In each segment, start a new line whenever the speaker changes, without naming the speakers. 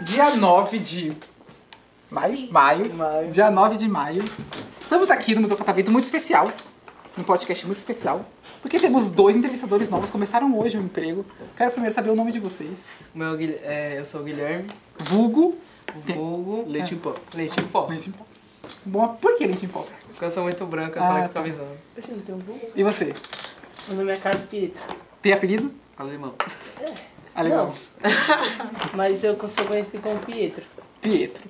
Dia 9 de maio, maio,
Maio.
dia 9 de maio, estamos aqui no Museu Catavento muito especial, um podcast muito especial, porque temos dois entrevistadores novos, começaram hoje o emprego. Quero primeiro saber o nome de vocês.
Meu, Guil- é, eu sou o Guilherme,
Vulgo,
vulgo...
Leite em pó.
Leite em pó.
lente em pó. Bom, por que lente em pó?
Porque eu sou muito branca,
Ah,
só que
tá.
fica avisando.
E você,
um Meu nome é Carlos Pirito,
tem apelido?
Alemão.
Ah, legal.
mas eu sou conhecido como Pietro.
Pietro.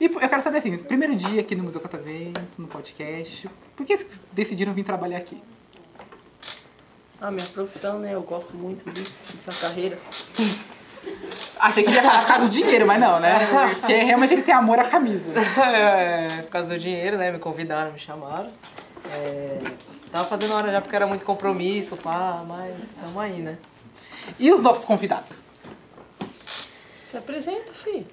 E eu quero saber assim, esse primeiro dia aqui no Museu Catavento, no podcast, por que vocês decidiram vir trabalhar aqui?
A minha profissão, né? Eu gosto muito disso, dessa carreira.
Achei que ele ia falar por causa do dinheiro, mas não, né? Porque realmente ele tem amor à camisa.
É, por causa do dinheiro, né? Me convidaram, me chamaram. É, tava fazendo hora já porque era muito compromisso, pá, mas tamo aí, né?
E os nossos convidados?
Se apresenta, filho.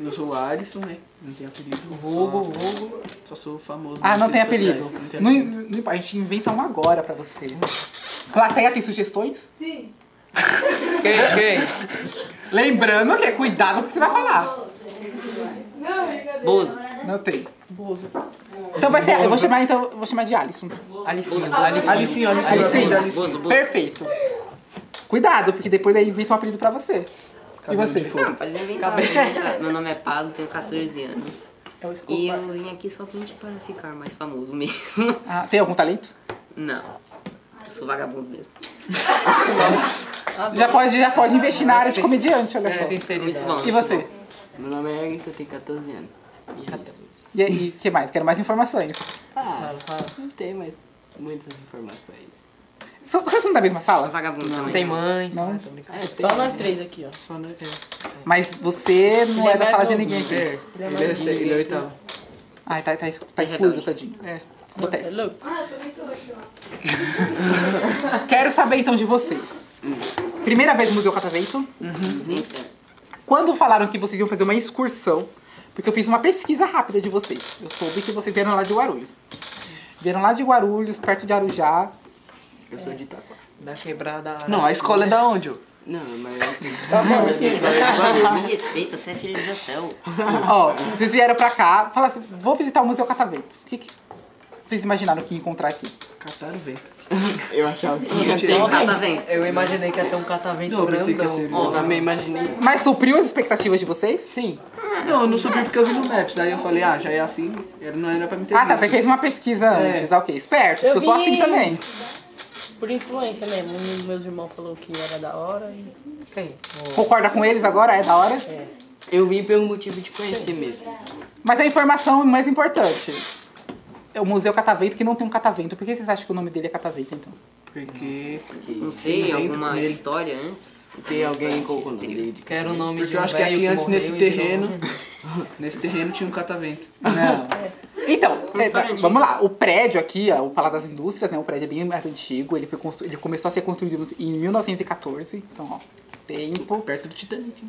Eu sou o Alisson, né? Não tenho apelido.
Vulgo,
só,
vulgo.
Só sou famoso.
Ah,
nas
não tem
redes
apelido.
sociais, Não tem
Não,
apelido.
não, importa, a gente inventa um agora pra você. Plateia tem sugestões?
Sim.
Quem, quem?
Lembrando que é cuidado com o que você vai falar.
Não, brincadeira.
Bozo.
Não tem. Então vai ser. Eu vou chamar, então, eu vou chamar de Alisson.
Alicinho,
Alicinho,
Alicinho.
Alicinho.
Alicinho.
Bozo, Bozo.
Perfeito. Cuidado, porque depois aí inventa um apelido pra você. E
Cabelo
você?
de fogo.
Pode inventar, pode inventar. Meu nome é Pablo, tenho 14 anos.
É o
E
Escobar.
eu vim aqui somente para ficar mais famoso mesmo.
Ah, tem algum talento?
Não. Eu sou vagabundo mesmo.
Tá
Já pode, já pode investir na área de comediante,
É,
olha só.
Muito
Sinceridade.
bom.
E você?
Meu nome é Eric, eu tenho 14 anos. E é isso.
E aí, o que mais? Quero mais informações.
Ah,
Fala, fala.
não tem mais muitas informações.
So- Vocês são da tá mesma sala?
Vagabundo também.
Tem mãe,
Não.
pai, tô brincando.
É,
Só nós três aqui, ó.
Só nós três.
Mas você não é
Ele
da
é
sala de
mais
ninguém aqui.
É, ele é, se- ele é oitavo.
Ai, tá, tá, es- tá excluído, tadinho.
É.
É
Acontece.
louco?
Ah, tô muito ótima.
Quero saber então de vocês. Primeira vez no Museu Catavento.
Sim, sim.
Quando falaram que vocês iam fazer uma excursão, porque eu fiz uma pesquisa rápida de vocês. Eu soube que vocês vieram lá de Guarulhos. Vieram lá de Guarulhos, perto de Arujá.
Eu sou de Itaquá.
Da quebrada.
Não, a escola é da onde? ô?
Não, mas
é
eu
Me respeita, você é filho de hotel.
Ó, vocês vieram pra cá, falaram assim, vou visitar o Museu Catavento. O que, que vocês imaginaram que ia encontrar aqui?
cataram o vento. Eu achava que ia ter.
Tem um catavento.
Eu imaginei que ia ter um catavento
Não, eu pensei que ia
grandão.
ser. Eu também imaginei.
Mas supriu as expectativas de vocês?
Sim. Não, eu não subi porque eu vi no Maps. Aí eu falei, ah, já é assim. Era- Não era pra me ter
Ah, tá, você
visto.
fez uma pesquisa antes, ah, ok. Esperto,
É. Eu
porque eu sou
vi.
assim também.
Por influência mesmo. Um dos meus irmãos falou que era da hora e.
Quem?
Concorda com eles agora? É da hora?
Eu vim pelo motivo de conhecer mesmo.
Mas a informação mais importante. É o Museu Catavento, que não tem um catavento. Por que vocês acham que o nome dele é Catavento, então?
Porque.
Não sei, alguma
Ele-
história antes?
Tem alguém colocou o nome dele.
Quero o nome
Porque
de
eu
um
acho que
velho
aqui antes
morreu
nesse
e
terreno.
virou- um-
Nesse terreno tinha um catavento.
Não. Então, é, tá,
antigo.
vamos lá. O prédio aqui, ó, o Palácio das Indústrias, né? O prédio é bem mais antigo. Ele, foi constru... ele começou a ser construído em 1914. Então, ó, tempo.
Perto do Titanic.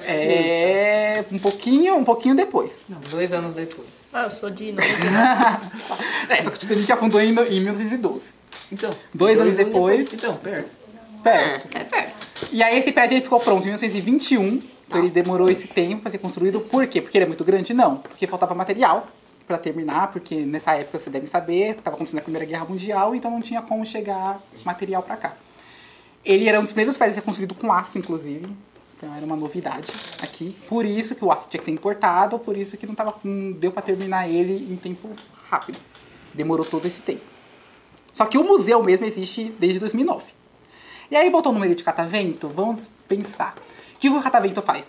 É. Um pouquinho, um pouquinho depois.
Dois anos depois.
Ah, eu sou de
É, só que o Titanic afundou em, em 1912.
Então.
Dois anos depois.
Então, perto.
Perto.
É perto.
E aí esse prédio ele ficou pronto em 1921. Então ele demorou esse tempo para ser construído. Por quê? Porque ele é muito grande? Não. Porque faltava material para terminar, porque nessa época você deve saber, estava acontecendo a Primeira Guerra Mundial, então não tinha como chegar material para cá. Ele era um dos primeiros prédios a ser construído com aço, inclusive. Então era uma novidade aqui. Por isso que o aço tinha que ser importado, por isso que não, tava, não deu para terminar ele em tempo rápido. Demorou todo esse tempo. Só que o museu mesmo existe desde 2009. E aí botou o número de catavento? Vamos pensar. O que o catavento faz?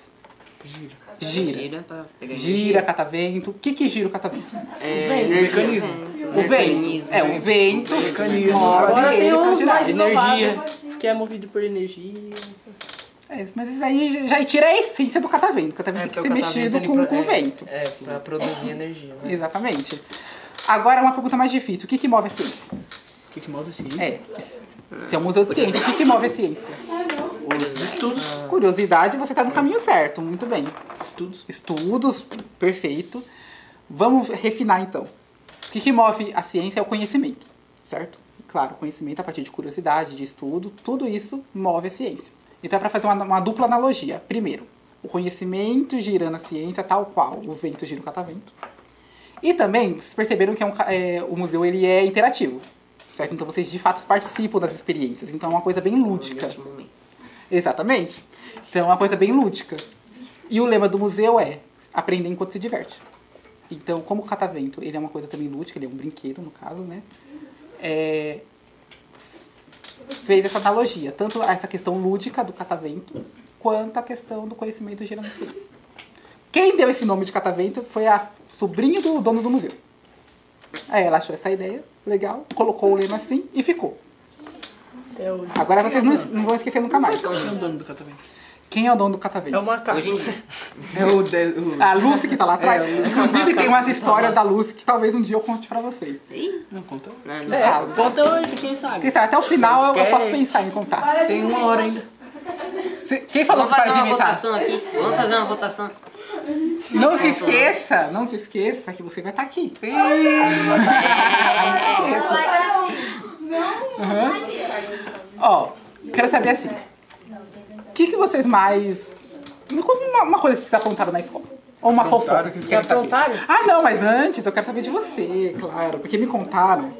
Gira. Gira.
Gira pra pegar
Gira, catavento. O que, que gira o catavento?
É, mecanismo.
O vento.
Mecanismo.
É, o vento
Mecanismo.
move
Agora tem
ele pra
uns mais
girar.
inovados. Que é movido por energia.
É, mas isso aí já já tira a essência do catavento. O catavento
É,
tem que
porque
ser
o catavento,
mexido
ele
com,
pro-
com o
é,
vento.
É, pra produzir energia. né?
Exatamente. Agora uma pergunta mais difícil. O que, que move a ciência?
O que, que move assim?
É. Se é um museu de ciência, o que, que move a ciência? tá
Os estudos.
Curiosidade, você está no caminho certo. Muito bem.
Estudos.
estudos, perfeito. Vamos refinar então. O que, que move a ciência é o conhecimento, certo? Claro, conhecimento a partir de curiosidade, de estudo, tudo isso move a ciência. Então é para fazer uma, uma dupla analogia. Primeiro, o conhecimento girando a ciência tal qual o vento gira o catavento. E também, vocês perceberam que é um ca- é, o museu ele é interativo. Certo? Então vocês de fato participam das experiências. Então é uma coisa bem lúdica.
Neste momento.
Exatamente. Então é uma coisa bem lúdica. E o lema do museu é aprender enquanto se diverte. Então, como o catavento, ele é uma coisa também lúdica, ele é um brinquedo, no caso, né? É, fez essa analogia, tanto essa questão lúdica do catavento, quanto a questão do conhecimento gerando ciência. Quem deu esse nome de catavento foi a sobrinha do dono do museu. Aí ela achou essa ideia legal, colocou o lema assim e ficou.
Até hoje.
Agora vocês não, não vão esquecer nunca mais.
Quem é o dono do catavento?
Quem é o dono do
É
catavento?
o macaco.
Hoje em dia.
É o... De... o...
A Lucy que tá lá atrás.
É, o Lucy.
Inclusive tem umas histórias da Lucy que talvez um dia eu conte pra vocês.
Ih, né?
Não, conta.
não, não.
É.
Conta hoje, quem sabe?
Quem sabe Até o final eu- eu
Ok.
posso pensar em contar.
Para de
Tem uma hora ainda.
Se- Quem falou
Vamos
que para
fazer
de
uma
imitar?
votação aqui. Vamos fazer uma votação.
Não se esqueça, não se esqueça que você vai estar aqui. tá Ó, quero saber assim. O que, que vocês mais. Me conta uma, uma coisa que vocês aprontaram na escola. Ou uma fofoca que vocês querem saber.
aprontaram?
Ah, não, mas antes eu quero saber de você, claro. Porque me contaram.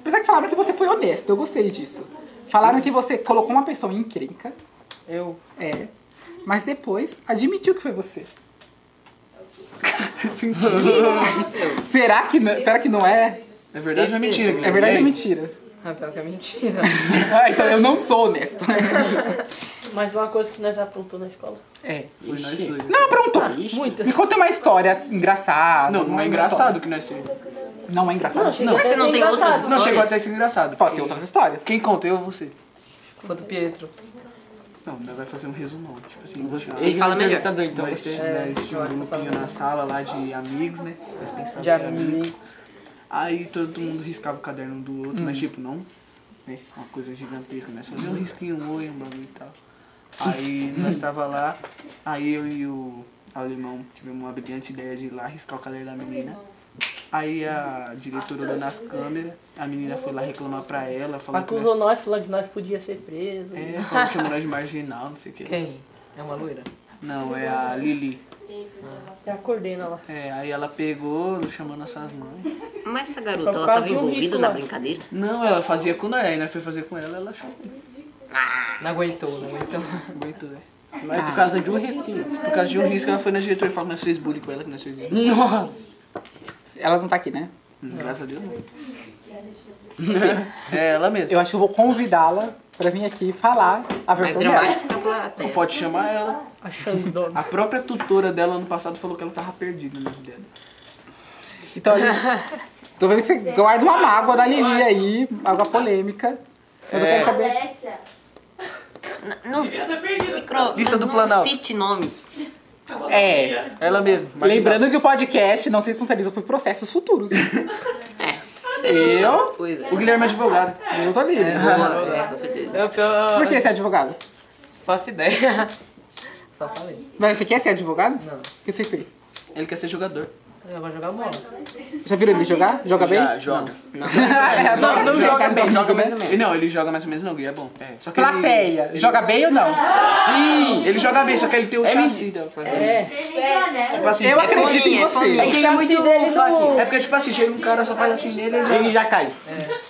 Apesar que falaram que você foi honesto, eu gostei disso. Falaram que você colocou uma pessoa em encrenca.
Eu.
É. Mas depois admitiu que foi você. será, que não, será que não é?
É verdade ou é mentira?
É verdade ou é mentira?
Ah, pior que é mentira.
Ah, então eu não sou honesto.
Mas uma coisa que nós aprontou na escola.
É.
Foi nós dois.
Não, pronto. Me conta uma história engraçada.
Não, não é
uma
engraçado
história-
que nós temos.
Não é engraçado.
chegou
Mas você não tem outras
Não chegou
histórias?
até ser engraçado.
Pode ter outras histórias.
Quem conta, eu ou você?
Quanto Pietro.
Não, nós vai fazer um resumão. Tipo assim,
Ele fala melhor.
Então, nós nós tinha um
agora você
grupinho
fala.
na sala lá de amigos, né? Nós pensávamos
De
que era amigo.
amigo.
Aí todo mundo riscava o caderno um do outro, mas tipo, não. Né? Uma coisa gigantesca, né? Só deu um risquinho, um oi, um bagulho e tal. Aí nós tava lá, aí eu e o alemão tivemos uma brilhante ideia de ir lá riscar o caderno da menina. Aí a diretora olhou nas câmeras, a menina foi lá reclamar pra ela, falou que
Acusou
nós,
nós, falando que nós podíamos ser presos.
é, falou que chamou nós de marginal, não sei o que.
Quem? É uma loira?
Não, é a Lili.
Já acordei na lá.
É, aí ela pegou, chamou nossas mães.
Mas essa
Só por
garota, ela
causa
tava
de um
envolvida
risco
na
lá.
brincadeira?
Não, ela fazia com nós, aí nós foi fazer com ela, ela chamou.
Não aguentou, não aguentou.
Aguentou, né? Mas por causa de um risquinho. Por causa de um risco, ela foi na diretora e falou que nós fez bullying com ela, que nós fez bullying.
Ela não tá aqui, né?
Hum, Graças a Deus, não. É ela mesma.
Eu acho que eu vou convidá-la pra vir aqui falar a
Mais
versão dela.
é dramático que a plateia.
Pode chamar ela.
Achando dono.
A própria tutora dela ano passado falou que ela tava perdida no dela.
Então, olha, tô vendo que você guarda uma mágoa da Lili aí, água polêmica. Mas eu quero saber.
Alexa.
N- Não, micro,
Lista do
não
Planalto.
cite nomes.
É.
Ela mesma. Marginal.
Lembrando que o podcast não se responsabiliza por processos futuros.
É,
Eu?
coisa.
O Guilherme é advogado.
Eu tô livre.
Boa, é, com certeza.
Eu, eu,
Por que você é advogado?
faço ideia. Só falei.
Mas você quer ser advogado?
Não.
O que você fez?
Ele quer ser jogador.
Eu vou jogar bola.
Já viram ele jogar? Ah, Joga bem? É,
Já, joga.
não, não joga bem.
Joga mais ou
né?
menos. Não, ele joga mais ou menos não, Gui, é bom. É. Só que ele-
Plateia, joga bem ou não?
Ele, joga bem, só que ele tem o chassi. da-
É.
Tipo assim,
Eu acredito em
fominha, é
você.
fominha.
Quem é muito dele não...
É porque, tipo assim, chega um cara, só faz assim nele e ele joga. É.
já cai.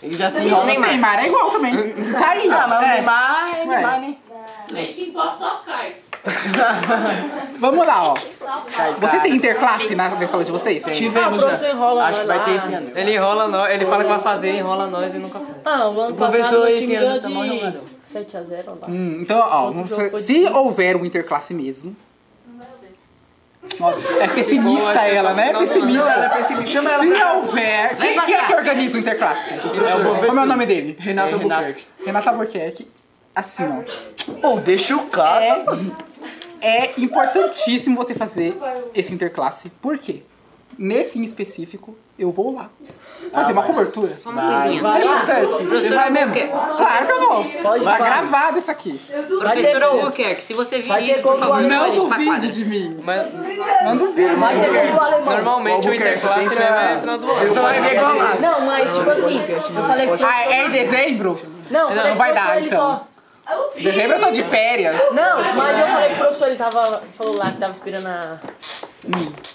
Ele já se
O
enrola.
Neymar é igual também. Tá aí, ó.
Mas o Neymar é
Ué.
Neymar, né?
Vamos lá, ó. Vocês têm interclasse na na escola de vocês?
Tivemos
Ah,
já.
você enrola
Acho que
nós
vai
lá.
ter esse ano.
Ele enrola nós, ele fala que vai fazer, enrola nós e nunca faz.
Ah, o ano
professor
passado o
esse
time
ano
ganhou
tá mal jogado.
de 7x0 lá.
Hum, então, ó,
Outro
vamos-
jogo
se houver um interclasse mesmo. Ó, é
Bom,
pessimista
acho que
ela, né? É
não, não, não.
Não, ela
pessimista.
é pessimista. Chama ela
Se
pra
houver. Quem, quem é que organiza o interclasse? Como é o nome dele?
Renato
É, Renato.
Albuquerque.
Renata Albuquerque. Assim, ó.
Ou deixa o cara.
É, é importantíssimo você fazer esse interclasse. Por quê? nesse em específico, eu vou lá
Ah,
fazer uma cobertura.
Só uma coisinha.
É
Vai lá.
importante.
Professora
vai mesmo?
Booker,
Claro que eu vou.
Pode
Tá
falar.
gravado isso aqui.
Eu duvido.
professora
ter-
Booker, que se você vir
vai ter
isso, por favor,
concurso.
Não
leva a gente pra quadra.
duvide de mim.
Mas
Não duvide.
Vai ter gol do alemão.
normalmente o
Albuquerque,
Interclasse
você
mesmo
tem que-
é final do ano.
vai ver é. golaço.
Não, mas tipo assim, eu falei que.
Ah, é em dezembro?
Não, eu falei
Não vai
pro
dar,
professor, ele
então.
só-
Dezembro eu tô de férias.
Não, mas eu falei pro professor, ele tava. Falou lá que tava esperando a.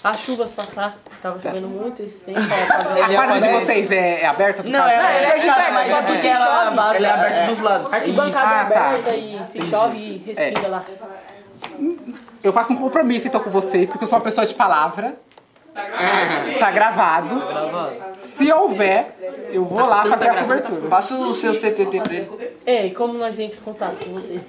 As chuvas passar. Tava
Tá.
chovendo muito esse tempo. aí apagou.
A
Ele ia
quadra de
fazer-
vocês é, é aberta?
Não, é,
É,
é,
fechada, mas só que se chove.
Ela é aberta dos lados.
Arquibancada
Ah, tá.
aberta e se chove e respinga lá.
Eu faço um compromisso então com vocês, porque eu sou uma pessoa de palavra. Tá gravado.
é.
Se houver, eu vou lá fazer a cobertura.
Passa o seu CTT pra ele.
É, e como nós entramos em contato com você?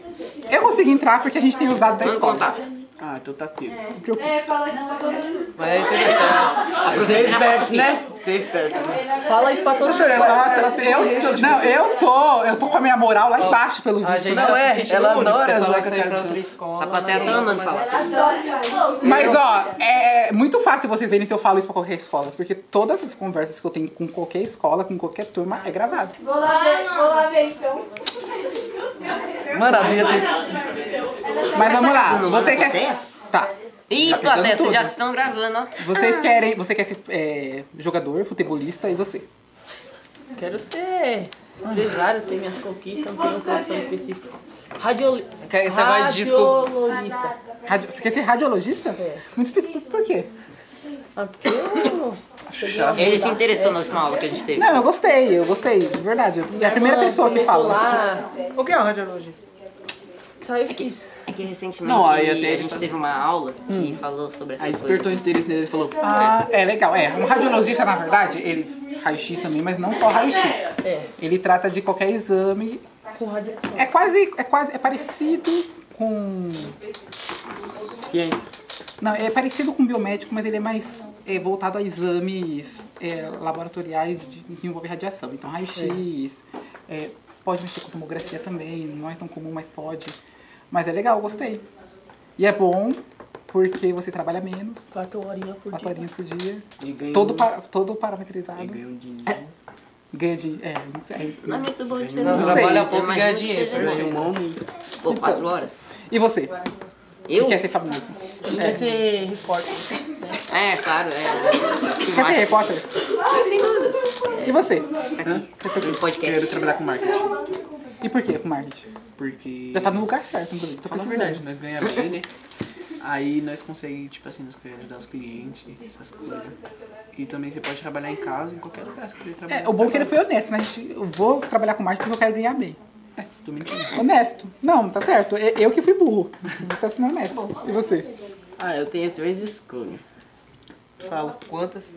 Eu consigo entrar porque a gente tem usado da
Manda
escola.
contato.
Ah, então tá teu.
É, fala isso pra todo mundo.
Mas é interessante.
Aproveita e já passa o Pix.
Você é esperto.
Fala isso pra todos.
Ela-
Nossa,
ela pegou
eu, tô-
isso de
não, eu tô, eu tô com a minha moral lá embaixo pelo
A
visto.
gente tá
Não,
já
é,
fez
ela
no único,
adora
você
zoar
fala
com a
isso aí
cara
pra
dos
outra
outros.
escola,
Essa plateia
né?
tá amando falar.
Mas ó, é muito fácil vocês verem se eu falo isso pra qualquer escola, porque todas as conversas que eu tenho com qualquer escola, com qualquer turma, é gravado.
Vou lá ver, vou lá ver então.
Mano, a Bia tem...
Mas vamos lá,
gravando,
você
mano,
quer.
plateia?
Tá.
Ih,
Tá pegando
plateia, vocês
tudo. Tá
já estão gravando, ó.
Vocês querem. Você quer ser é, jogador, futebolista e você?
Quero ser empresário, ter minhas conquistas, não tenho profissão específica. Radio...
Quer- Você vai de disco.
Radiologista.
Radio- Você quer ser radiologista?
É.
Muito específico. Por quê?
Ah, porque eu...
Ele se interessou na última aula que a gente teve.
Não, eu gostei, eu gostei, de verdade. É a primeira
Mano,
pessoa que
começou
fala.
lá,
O que é um radiologista?
só eu fiz.
É que recentemente
Não, aí
a
até ele
gente
faz-
teve uma aula que falou sobre essas
Aí
coisas.
despertou o interesse nele e falou...
Ah, é legal. É, um radiologista, na verdade, ele. Raio-X também, mas não só raio-X.
É,
Ele trata de qualquer exame.
com radiação.
É quase. É quase. É parecido com. Não, é parecido com biomédico, mas ele é mais é, voltado a exames é, laboratoriais de, que envolvem radiação. Então, raio-x, é, pode mexer com tomografia também, não é tão comum, mas pode. Mas é legal, gostei. E é bom porque você trabalha menos,
Quatro horinhas por
4
dia.
horinhas por dia,
E ganhou...
todo, para, todo parametrizado. É,
Ganhou dinheiro.
Ganha de. É, não sei.
Não é muito bom de
Não sei.
Trabalha um
Eu
pouco e
imagino
ganha
que
dinheiro. né?
seja bom.
Ganhou um homem.
Pô, quatro horas?
E você?
Eu?
Quer ser famoso? É.
E vai ser repórter.
É, claro, é.
Quer ser repórter?
Ah, Sem dúvidas.
E você?
Aqui. Um
Quero
podcast.
trabalhar com marketing.
E por que com marketing?
Porque...
Já tá no lugar certo, inclusive. Tô
Fala a
precisando.
verdade, nós ganhamos bem, né? Aí nós conseguimos, tipo assim, nós conseguimos ajudar os clientes, essas coisas. E também você pode trabalhar em casa, em qualquer lugar, se quiser trabalhar.
É, o bom é que ele foi honesto, né? A gente- eu vou trabalhar com marketing porque eu quero ganhar bem.
É, tô mentindo.
Honesto. Não, tá certo. Eu, eu que fui burro. Você tá sendo honesto. E você?
Ah, eu tenho três escolhas.
Fala. Quantas?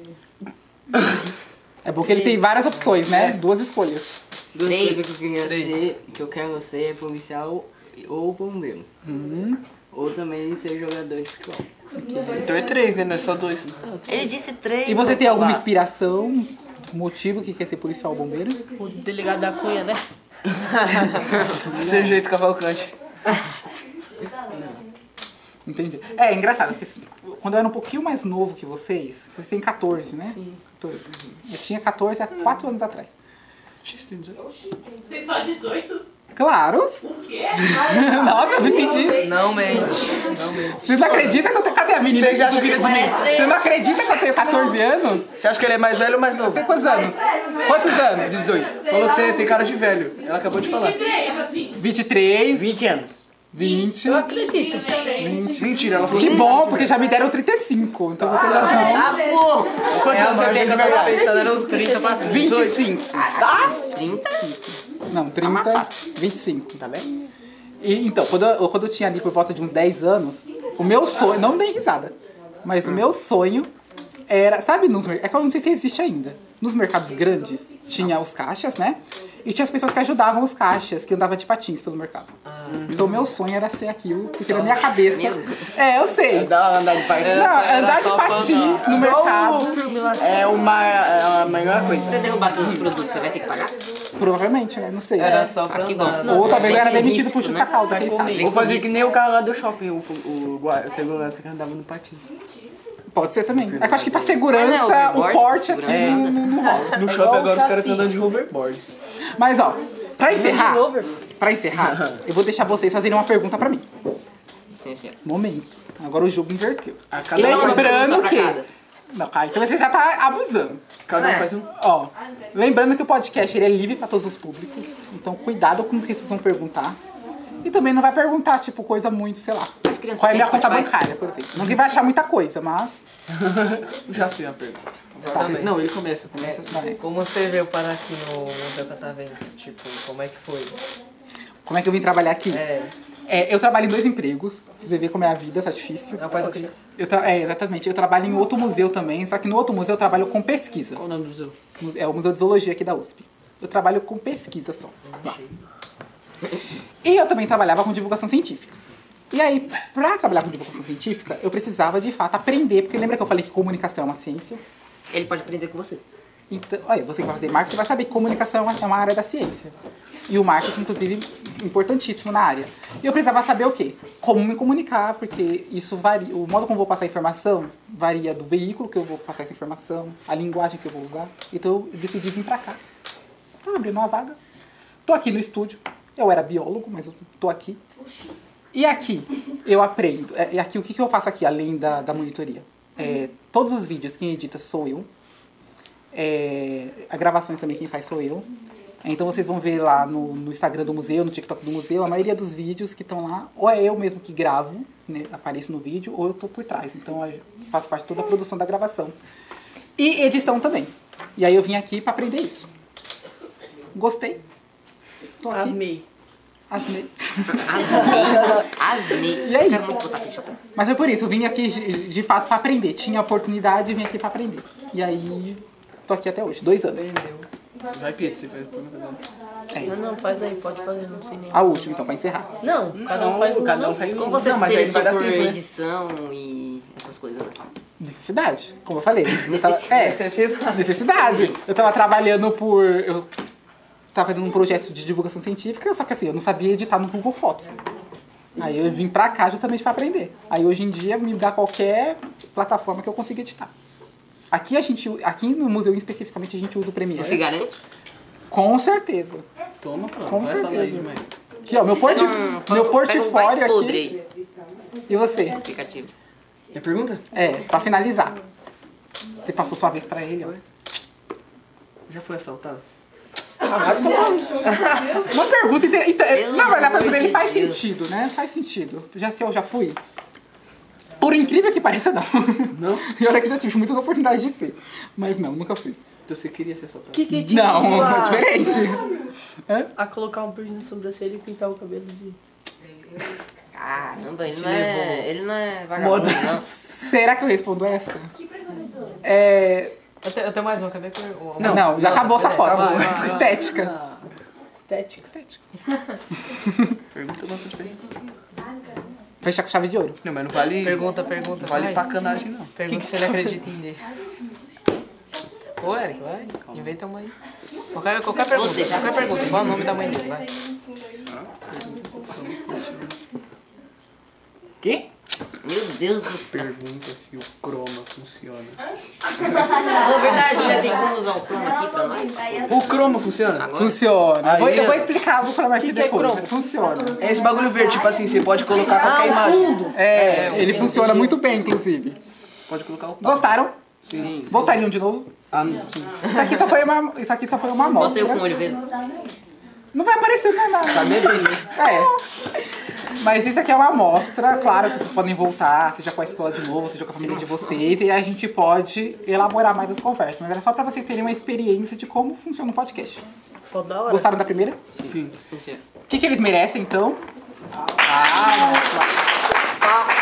É bom que ele tem várias opções,
É.
né? Duas escolhas.
Duas
Três.
coisas que eu queria
Três.
ser, que eu quero ser é policial ou bombeiro.
Uhum.
Ou também ser jogador de futebol.
Então é três, né? Não é só dois.
Ele disse três.
E você tem alguma
Vasco.
inspiração, motivo que quer ser policial ou bombeiro?
O delegado da Cunha, né?
Seu jeito, Cavalcante.
Entendi. É, engraçado, porque assim, quando eu era um pouquinho mais novo que vocês, vocês têm 14, né? Sim. Eu tinha 14 há 4 anos atrás.
Tem só 18?
Claro! Nossa, eu me senti.
Não mente.
Você não acredita que eu tenho. Cadê a menina?
Você já acha que ele é de mim?
Você não acredita que eu tenho 14 anos?
Você acha que ele é mais velho ou mais novo?
Tem quantos anos? Quantos anos?
18. Falou que você tem cara de velho. Ela acabou de falar.
23, assim.
23,
20 anos.
20.
Acredito.
Mentira, ela falou
Que bom, porque já me deram 35. Então vocês já estão.
Ah, pô!
Quantos anos você tem, na verdade?
pensando, era uns 30 pra cima.
25.
30?
Não, 30, 25, tá bem? E, então, quando eu, quando eu tinha ali por volta de uns 10 anos, o meu sonho, não dei risada, mas o meu sonho era, sabe, nos, mer- é que eu não sei se existe ainda. Nos mercados grandes tinha os caixas, né? E tinha as pessoas que ajudavam os caixas, que andavam de patins pelo mercado. Então, o meu sonho era ser aquilo, porque na minha cabeça. É, eu sei.
Dá uma andar de parque.
Não, andar de
só pra
patins no mercado,
É uma. É a melhor
Se
coisa.
você derrubar todos os produtos, você vai ter que pagar?
provavelmente, né? Não sei.
Era Tá só pra
Ah, que
andar.
bom.
Ou talvez eu era
Tem
demitido
risco,
por justa
né?
causa, quem
comer.
sabe?
Vou fazer que nem o cara lá do shopping, o, o, guarda- o segurança que andava no patinho.
Pode ser também. É que eu acho que pra segurança,
Mas não é
o
overboard,
porte aqui
segurança.
não, não- não rola.
No shopping
um
agora os caras
chassi.
estão andando de hoverboard.
Mas ó, pra encerrar,
Over.
pra encerrar, eu vou deixar vocês fazerem uma pergunta pra mim.
Sim, sim.
Momento. Agora o jogo inverteu.
A cada, um, faz-
Lembrando
pra
que.
cada.
Não, ah, então você já tá abusando.
cada um faz um.
Ó, lembrando que o podcast ele é livre pra todos os públicos. Então cuidado com o que vocês vão perguntar. E também não vai perguntar, tipo, coisa muito, sei lá.
As crianças
Qual é a minha
têm
conta
Spotify?
bancária, por exemplo. Não que vai achar muita coisa, mas.
Já sei a é pergunta.
Tá
também.
Não, ele começa. Começa assim.
vai.
Como você veio parar aqui no Museu Catavento? Tipo, como é que foi?
Como é que eu vim trabalhar aqui?
É,
É, eu trabalho em dois empregos. Você vê como é a vida, tá difícil.
é o pai do Cris.
Eu tra- é, exatamente. Eu trabalho em outro museu também, só que no outro museu eu trabalho com pesquisa.
Qual o nome do museu?
É o Museu de Zoologia aqui da USP. Eu trabalho com pesquisa só. lá. E eu também trabalhava com divulgação científica. E aí, pra trabalhar com divulgação científica, eu precisava de fato aprender, porque lembra que eu falei que comunicação é uma ciência?
Ele pode aprender com você.
Então, olha, você que vai fazer marketing vai saber que comunicação é uma área da ciência. E o marketing, inclusive, importantíssimo na área. E eu precisava saber o quê? Como me comunicar, porque isso varia. O modo como eu vou passar a informação varia do veículo que eu vou passar essa informação, a linguagem que eu vou usar. Então eu decidi vir pra cá. Então eu abri uma vaga. Tô aqui no estúdio. Eu era biólogo, mas eu tô aqui. E aqui eu aprendo. É, E aqui o que que eu faço aqui, além da, da monitoria? É, todos os vídeos quem edita sou eu. É, as gravações também quem faz sou eu. Então vocês vão ver lá no, no Instagram do museu, no TikTok do museu, a maioria dos vídeos que estão lá, ou é eu mesmo que gravo, né, apareço no vídeo, ou eu tô por trás. Então eu faço parte de toda a produção da gravação. E edição também. E aí eu vim aqui pra aprender isso. Gostei. Tô aqui.
Asmei.
Asmei.
Asnei. Asnei.
E é
Eu quero
isso.
muito botar aquele chapéu.
Mas foi por isso, eu vim aqui de de fato pra aprender. Tinha a oportunidade e vim aqui pra aprender. E aí, tô aqui até hoje, dois anos.
Vai, Pietro, você faz a pergunta agora.
Não, não, faz aí, pode fazer, não sei nem.
A última, então, pra encerrar.
Não, cada um faz um.
cada um
não.
faz um.
Como você
Não,
se
mas aí
interessou
vai dar
por
tempo, né?
edição e essas coisas assim?
Necessidade, como eu falei. Eu é,
Necessidade.
necessidade. Eu tava trabalhando por. Eu tava fazendo um projeto de divulgação científica, só que assim, eu não sabia editar no Google Fotos. Aí eu vim pra cá justamente pra aprender. Aí hoje em dia me dá qualquer plataforma que eu consiga editar. Aqui a gente, aqui no museu especificamente a gente usa o
Você
Premiere.
garante?
Com certeza.
Toma, pronto.
Com
vai falar aí
certeza.
demais.
Aqui, ó, meu, porti-
Hum, pega
meu
um- pega um
portfólio
vai podre
aqui.
aí,
E você?
aplicativo.
Minha pergunta?
É, pra finalizar. Você passou sua vez pra ele, ó.
Já foi assaltado?
Uma pergunta inter... inter-
Pelo
Não, mas a
amor
pergunta
de
dele faz
Deus.
sentido, né? Faz sentido. Já se eu já fui. Por incrível que pareça, não.
Não?
E olha que eu já tive muitas oportunidades de ser. Mas não, nunca fui.
Então você queria ser assaltado?
O que que te
Não,
levou a-
é diferente.
A colocar um piercing na sobrancelha e pintar o cabelo de.
Caramba, ele não, é, ele não é vagabundo,
Moda.
não.
Será que eu respondo essa? Que preconceituoso. É.
Eu, te- eu tenho mais uma, quer ver? é que eu- uma-
Não, já acabou essa foto.
acabou.
Estética.
Estética.
Pergunta não, tudo bem.
Fechar com chave de ouro.
Não, mas não vale.
Pergunta, pergunta.
Não vale
vai.
pacanagem, não.
Pergunta se ele acredita em Deus. Ô, Eric, vai. Inventa uma aí. Qualquer, qualquer pergunta,
Você.
qualquer pergunta. Qual é o nome da mãe dele? Vai.
Quê?
Meu Deus do céu.
Pergunta se o croma funciona.
Na verdade, né? Tem como usar o Chrome aqui pra nós?
O croma funciona?
Agora?
Funciona.
Aí, é.
Eu vou, eu
ó.
vou explicar o problema aqui
que é
depois.
cromo?
mas funciona.
É esse bagulho verde, tipo assim, você pode
Ah,
colocar qualquer imagem.
É, ele funciona muito bem, inclusive.
Pode colocar o
Gostaram?
Sim.
Voltariam de novo?
Ah, não, sim.
Isso aqui só foi uma, isso aqui só foi uma
Bota
amostra.
eu com o olho mesmo.
Não vai aparecer mais nada. Tá É. Mas isso aqui é uma amostra, claro que vocês podem voltar, seja com a escola de novo, seja com a família de vocês, e a gente pode elaborar mais as conversas. Mas era só pra vocês terem uma experiência de como funciona o podcast.
Pô, da hora.
Gostaram da primeira?
Sim.
Funciona.
O que, que eles merecem, então? Ah, vamos lá. Ah,